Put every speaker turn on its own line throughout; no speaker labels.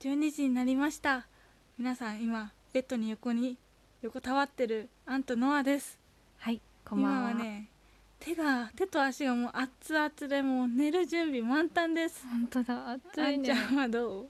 12時になりました皆さん今ベッドに横に横たわってるアンとノアです
はい、こんばん
今
は。
はね手が手と足がもう熱々でもう寝る準備満タンです
本当だ、暑
あ
い
んち
ね
ゃ。んはどう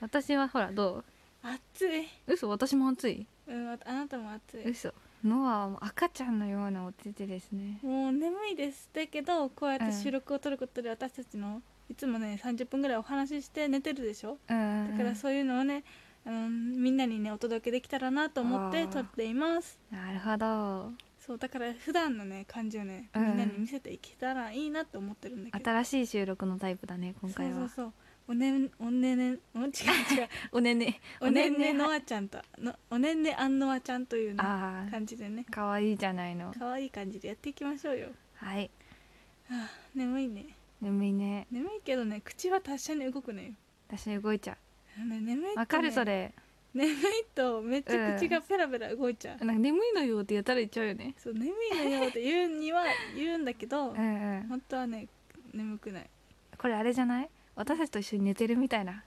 私はほら、ど
暑い、
う嘘、私も暑い。
うん、あなたも暑い
嘘。ノアはもう赤ちゃんのようなお手手ですね。
もう眠いですだけどこうやっ
う
て
ん
収録を撮ることで私たちのいつもね30分ぐらいお話しして寝てるでしょ
うん。
だからそういうのをねあのみんなにねお届けできたらなと思って
あー
撮っています
なるほど。
そうだから普段のね感じをね
う
み
ん
んなに見せていけたらいいなと思ってるんだけど、
新しい収録のタイプだね、今回は。
そうそうそうおねおねねお違う違う
おねね。
おねね
おねんね
のあちゃんとのおねんねあんのあちゃんという、ね、
ああ、
感じでね
かわいいじゃないの。
可愛い感じでやっていきましょうよ
はい。
はあ眠いね
眠いね。
眠いけどね口は達者に動くのよ
私動いちゃ
あのね眠いと、
う。
ね、
わかる、それ。
眠いとめっちゃ口がペラペラ動いちゃう、
なんか眠いのよってやったら言っちゃうよね。
そう眠いのよって言うには言うんだけど、
うんうん。
本当はね眠くない
これあれじゃない私たちと一緒に寝てるみたいな。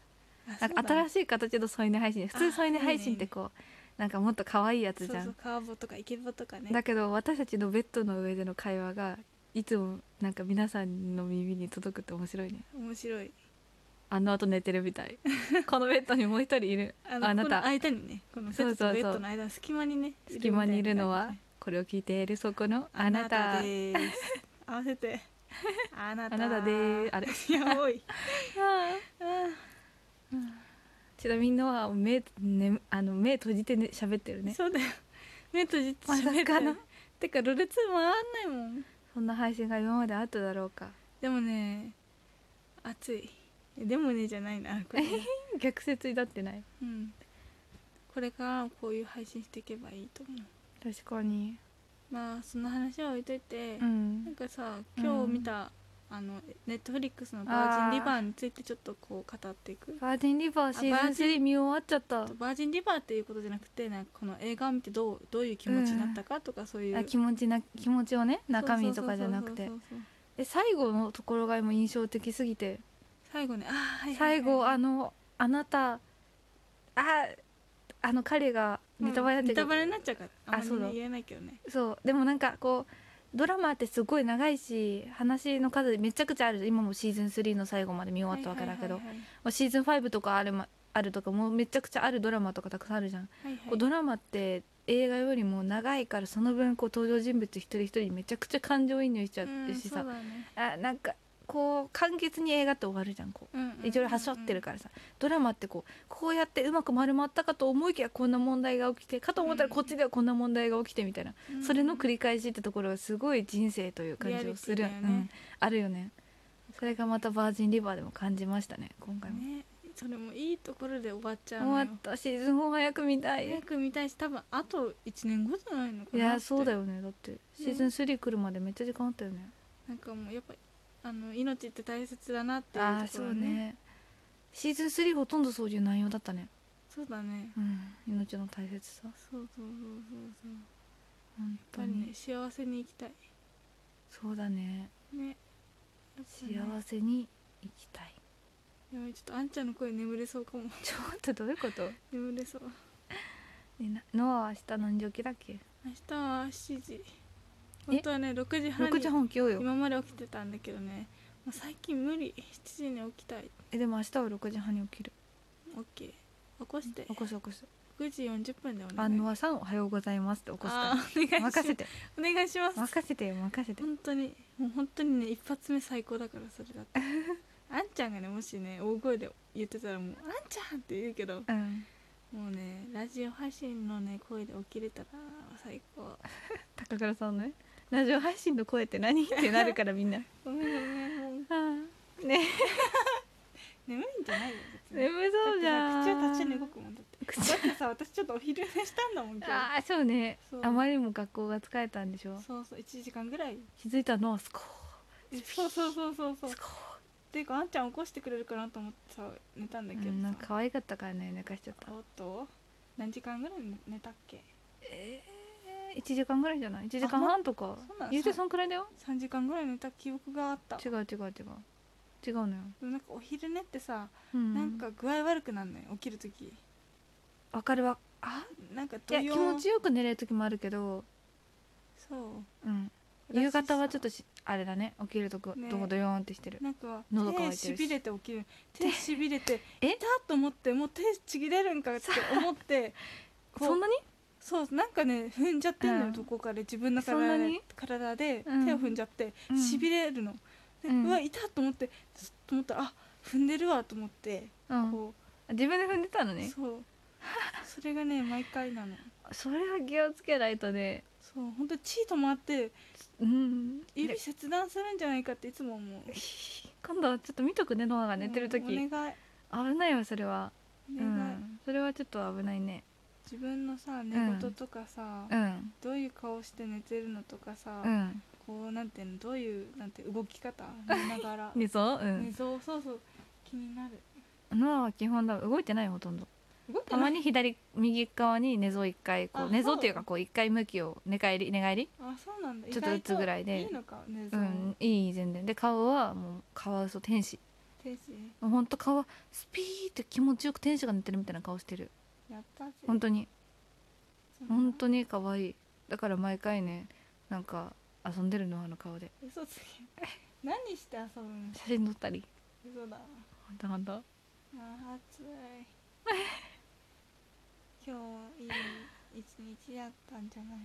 なんか新
い
しい形の添い寝配信普通添い寝配信ってこうなんかもっと可愛いやつじ
そう
ゃん
そうカーボとかイケボとかね
だけど私たちのベッドの上での会話がいつもなんか皆さんの耳に届くって面白いね
面白い
あの後寝てるみた いこのベッドにもう一人いる
あ
あ
のこ
な
の
た
間にねこのベ
そう
ッド
そうそ
と
う
ベッドの間の隙間にね
隙間にいるのは
み
これを聞いているそこの
た
あ
いな
な
感じねあな
た
たです合わせてあなた
あなたでーあれ
いやおいあ
ちなみにのは目,、ね、あの目閉じて、ね、喋ってる
ー
ね
そうだよ目閉じて
まさ
喋って
かの
るてかろれつ回んないもん
そんな配信が今まであっただろうか
でもね暑いでもねじゃないなこれ,、
逆説になってない
うん、これからこういう配信していけばいいと思う
確かに
まあその話は置いといて、
うん
なんかさ
うん
今日見た、あのネットフリックスの「バージンリバー」についてちょっとこう語っていく
バージンリバーシーズン3見終わっちゃった
バージンリバーっていうことじゃなくてなんかこの映画を見てどうどういう気持ちになったかとかそういう、
あ気持ちな気持ちをね中身とかじゃなくて
そうそうそうそうそう
え最後のところがもう印象的すぎて
最後ねあーはいはいはい
最後あのあなたああの彼がネタバレ
う
なんんて
ネ
るけ
タ
ど
バレになっちゃうからあんま
あそう
り
だ
ね言えないけどね
そうでもなんかこうドラマってすごい長いし話の数めちゃくちゃある今もうシーズン3の最後まで見終わったわけだけど、
はいはいはいはい
まあシーズン5とかある,、ま、あるとかもうめちゃくちゃあるドラマとかたくさんあるじゃん
はいはい
こうドラマって映画よりも長いからその分こう登場人物一人一人にめちゃくちゃ感情移入しちゃってしさ、
うんそうだね
あなんかこう簡潔に映画って終わるじゃんこう
うんうん
いろいろ端折ってるからさドラマってこうこうやってうまく丸まったかと思いきやこんな問題が起きてかと思ったらこっちではこんな問題が起きてみたいな、
うん
それの繰り返しってところがすごい人生という感じをする、
リアリティ
う
だよね
ん、あるよねそれがまたバージンリバーでも感じましたね今回も、
ねそれもいいところで終わっちゃう
終
の
わ
よ
ったシーズン4早く見たい
早く見たいし多分あと1年後じゃないのか
い
な
やそうだ
よ
よねだってシーズン3来るまでめっちゃ時間あったよね
なんかもうやっぱあの命って大切だなっていう
ああ
と
そ
ころ
うねシーズン3ほとんどそういう内容だったね
そうだね
うん命の大切さ
そうそうそうそうそうやっ
本当
ぱりね
に
幸せに生きたい
そうだね
ねやっぱ
幸
ね
せに生きたい
やばいちょっとあんちゃんの声眠れそうかも
ちょっとどういうこと
眠れそう
ねなノアは明日何時起きだっけ
明日は7時本当はね6時半
6
に
時半起きようよ
今まで起きてたんだけどねもう最近無理7時に起きたい
えでも明日は6時半に起きる
OK 起こして
起こす起こす
6時40分でお願い
あノアさんおはようございますって起こす
あ
か
ーお願いし
ら
ます
任せて
お願いします
任せてよ任せて
本当にもう本当にね一発目最高だからそれ だってあんちゃんがねもしね大声で言ってたらもうあんちゃんって言うけど
うん
もうねラジオ配信のね声で起きれたら最高
高倉さんのねラジオ配信の声って何ってなるからみん な
ごめんごめんもう
ね
眠いんじゃないよ別に
眠そうじゃん
だってさ口は立ちに動くもんだってだってさ私ちょっとお昼寝したんだもん今日
ああそうね
そう
あまりにも学校が疲れたんでしょ
そうそう1時間ぐらい
気づいたのはスコ
えそうそうそうそうそう
ースコ
ていうかあんちゃん起こしてくれるかなと思ってさ寝たんだ
ー
けどさ、
うんなんか可愛かったからね寝かしちゃった
おっと何時間ぐらい寝たっけ
えー、1時間ぐらいじゃない1時間半とか
そうなん
ゆうてそんくらいだよ
3時間ぐらい寝た記憶があった
違う違う違う違うのよ、
でもなんかお昼寝ってさ、
うん、
なんか具合悪くなんない起きる時
わかるわあ
なんか
いや気持ち
よ
よく寝れる時もあるけど、
そう
うん、
私
夕方は
さ
ちょっとしあれだね起きるとこ、
ね
どこどよーんってしてる
なんか
喉乾いて
手し
るし
びれて起きる手しびれて
え
痛っと思ってもう手ちぎれるんかって思ってこう
そんなに
そうなんかね踏んじゃってんの
うん
よどこかで自分の
そん
体
な
で
に
体で
うん
手を踏んじゃって
うん
しびれるので
うん
うわ痛っと思ってずっと思ったらあ踏んでるわと思って
うん
こ
自分で踏んでたの
う
ね
そうそれがね毎回なの
それは気をつけないとね
そう本当に血止まって
うん
指
で
切断するんじゃないかっていつも思う
今度はちょっと見とくねノアが寝てる時
うんお願い
危ないわそれは、
お
う
願い、
ん、それはちょっと危ないね
自分のさ寝言とかさ、
うん
どういう顔して寝てるのとかさ、
うん
こうなんていうのどういうなんて動き 方寝ながら
寝そうう
ね
ん
そうそうそう気になる
ノアは基本だ動いてないほとんど
動いて
た
な
ま
い
に左右側に寝そう一回こ
あ
う寝そ
そ
う
う
っていうかこう一回向きを寝返り寝返り
あそうなんだ
ちょっとずつぐらいで
意外といいのかね
う
その
んいい全然で顔はもうカワウソ天使
手指
ほんと顔はスピーって気持ちよく天使が寝てるみたいな顔してる
やったぜ
本当に
そう
本当に可愛いだから毎回ねなんか遊んでるのあの顔で
嘘つけ 何して遊ぶの
写真撮ったり
嘘だ
ほんとほんと
あ暑い 今日いい一日だったんじゃない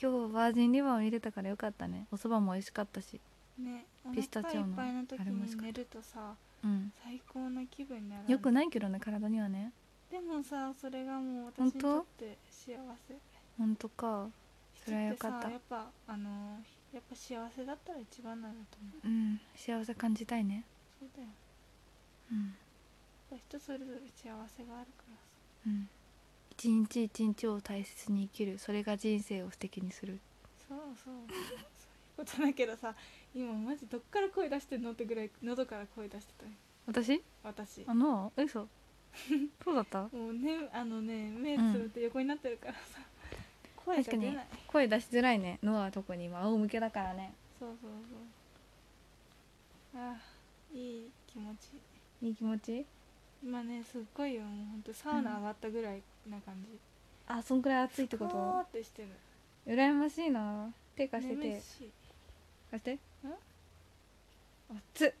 今日バージンリバーを入れたからよかったねおそばも美味しかったし
ねお
ピスタ
腹
チ
い
オ
っ
の
ぱいの時
あれも美味し
に
かった
寝るとさ
うん
最高の気分にならない
よくないけどね体にはね
でもさそれがもう
本
私
当
にとって幸せ
ほんとかそれは
人
よ
って
かった
さやっぱあのやっぱ幸せだったら一番なんだと思う
うん幸せ感じたいね
そうだよ
うん
やっぱ人それぞれ幸せがあるからさ
うん一日一日を大切に生きるそれが人生を素敵にする
そうそうそういうことだけどさ今マジどっから声出してんのってぐらい喉から声出してたよ
私
私
あの 嘘そうだった
もうねあのね目つぶって横になってるからさ、声が出ない
確か声出しづらいねノアは特に今仰向けだからね
そうそうそうああいい気持ち
いい気持ち
今ねすっごいよもうほんとサウナ上がったぐらいな感じ、
あそんくらい暑いってこ
ふわーっ
と
てしてる
羨ましいな手貸して
眠い
手
し
貸して熱っ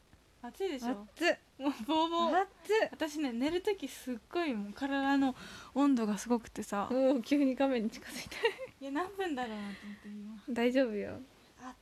暑いでしょ
熱っ熱っ
もうボーボー私ね寝る時すっごいもう体の温度がすごくてさ
もう急に画面に近づいて
いや何分だろうなと思って今
大丈夫よ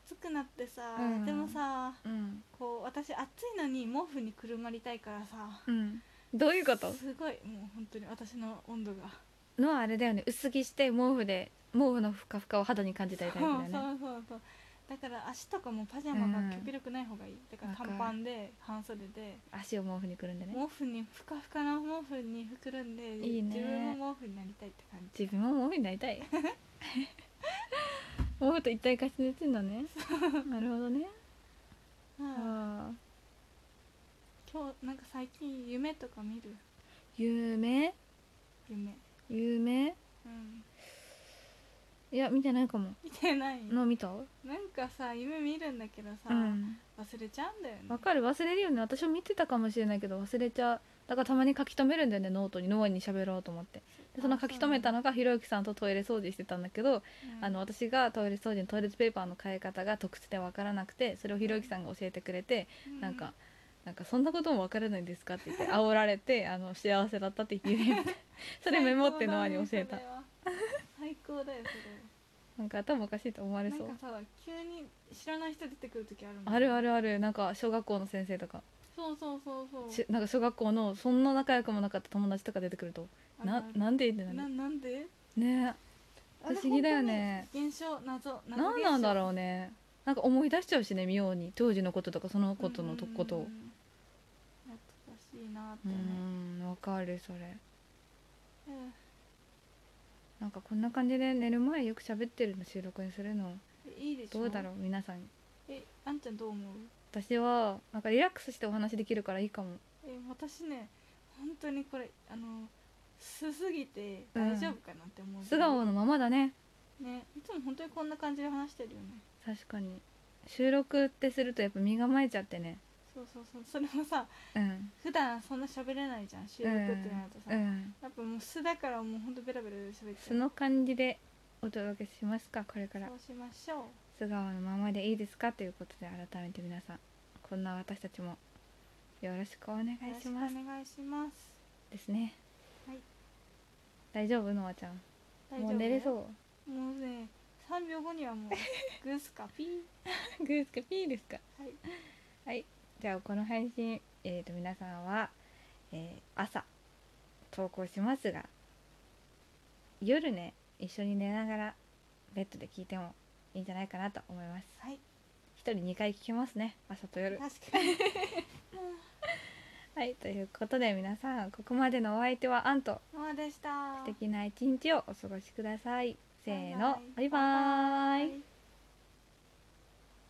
暑くなってさ、
うん
でもさ
うん
こう私暑いのに毛布にくるまりたいからさ
うんどういうこと
すごいもう本当に私の温度が
のはあれだよね薄着して毛布で毛布のふかふかを肌に感じたいタイプだよね
そうそうそうだから足とかもパジャマ
うん
が極力ない方がいい、だから
わかる
短パンで半袖で
足を毛布にくるんでね
毛布にふかふかな毛布にくるんで
いいね
自分も毛布になりたいって感じ
自分も毛布になりたい 毛布と一体化して寝てんだねなるほどね
うん
ああ
今日なんか最近夢とか見る
夢
夢
夢
うん
いや見てないかも
見てない
の見た
なんかさ夢見るんだけどさ、
うん
忘れちゃうんだよね
わかる忘れるよね私も見てたかもしれないけど忘れちゃうだからたまに書き留めるんだよねノートにノアに喋ろうと思ってでその書き留めたのがひろゆきさんとトイレ掃除してたんだけ
う
ど、
ん
あの私がトイレ掃除のトイレットペーパーの変え方が特殊でわからなくてそれをひろゆきさんが教えてくれて、
う
なんか「なんかそんなこともわからないんですか?」って言って煽られてあの幸せだったって言って それメモってノアに教えた
最高だよそれは
なんか頭おかしいと思われ
最
そ
高だよそれなん
う
かさ急に知らない人出てくる時あるもん
あるあるあるなんか小学校の先生とか
そうそうそうそう
しなんか小学校のそんな仲良くもなかった友達とか出てくると
あるあ
な
る
なんでってな
な
る
なんで
ね
あれ
不思議だよね
本当に現象謎謎
なんなんだ
う
ろうねなんか思い出しちゃうしね妙に当時のこととかそのことのとことを
懐かしいなっ
う
てね
んわかるそれ
うん
なんかこんな感じで寝る前よく喋ってるの収録にするの
いいでしょ
どうだろう皆さん
えあんちゃんどう思う
私はなんかリラックスしてお話できるからいいかも
え私ね本当にこれあの素すぎて大丈夫かなって思う、
素顔のままだね
ねいつも本当にこんな感じで話してるよね
確かに収録ってするとやっぱ身構えちゃってね
そうそうそうそれもさ
うん
普段そんな喋れないじゃん収録ってなるとさ、
うん
やっぱもう素だからもうほんとベラベラ喋っち
そ
ゃう
の感じでお届けしますかこれから
そうしましょう
素顔のままでいいですかということで改めて皆さんこんな私たちもよろしくお願い
よろしく
し
お
ます
願いします
ですね
はい
大丈夫のあちゃん
大丈
も
夫
う寝れそう
もうね3秒後にはもうグースかピー
グーですかピーですか
はい
はいじゃあこの配信、えー、と皆さんは、えー朝投稿しますが夜ね一緒に寝ながらベッドで聞いてもいいんじゃないかなと思います
はい
一人2回聞けますね朝と夜
確か に
はいということで皆さんここまでのお相手はアンと
まあでした
素敵な一日をお過ごしくださいせーの
バイバイ
バイバーイ
はい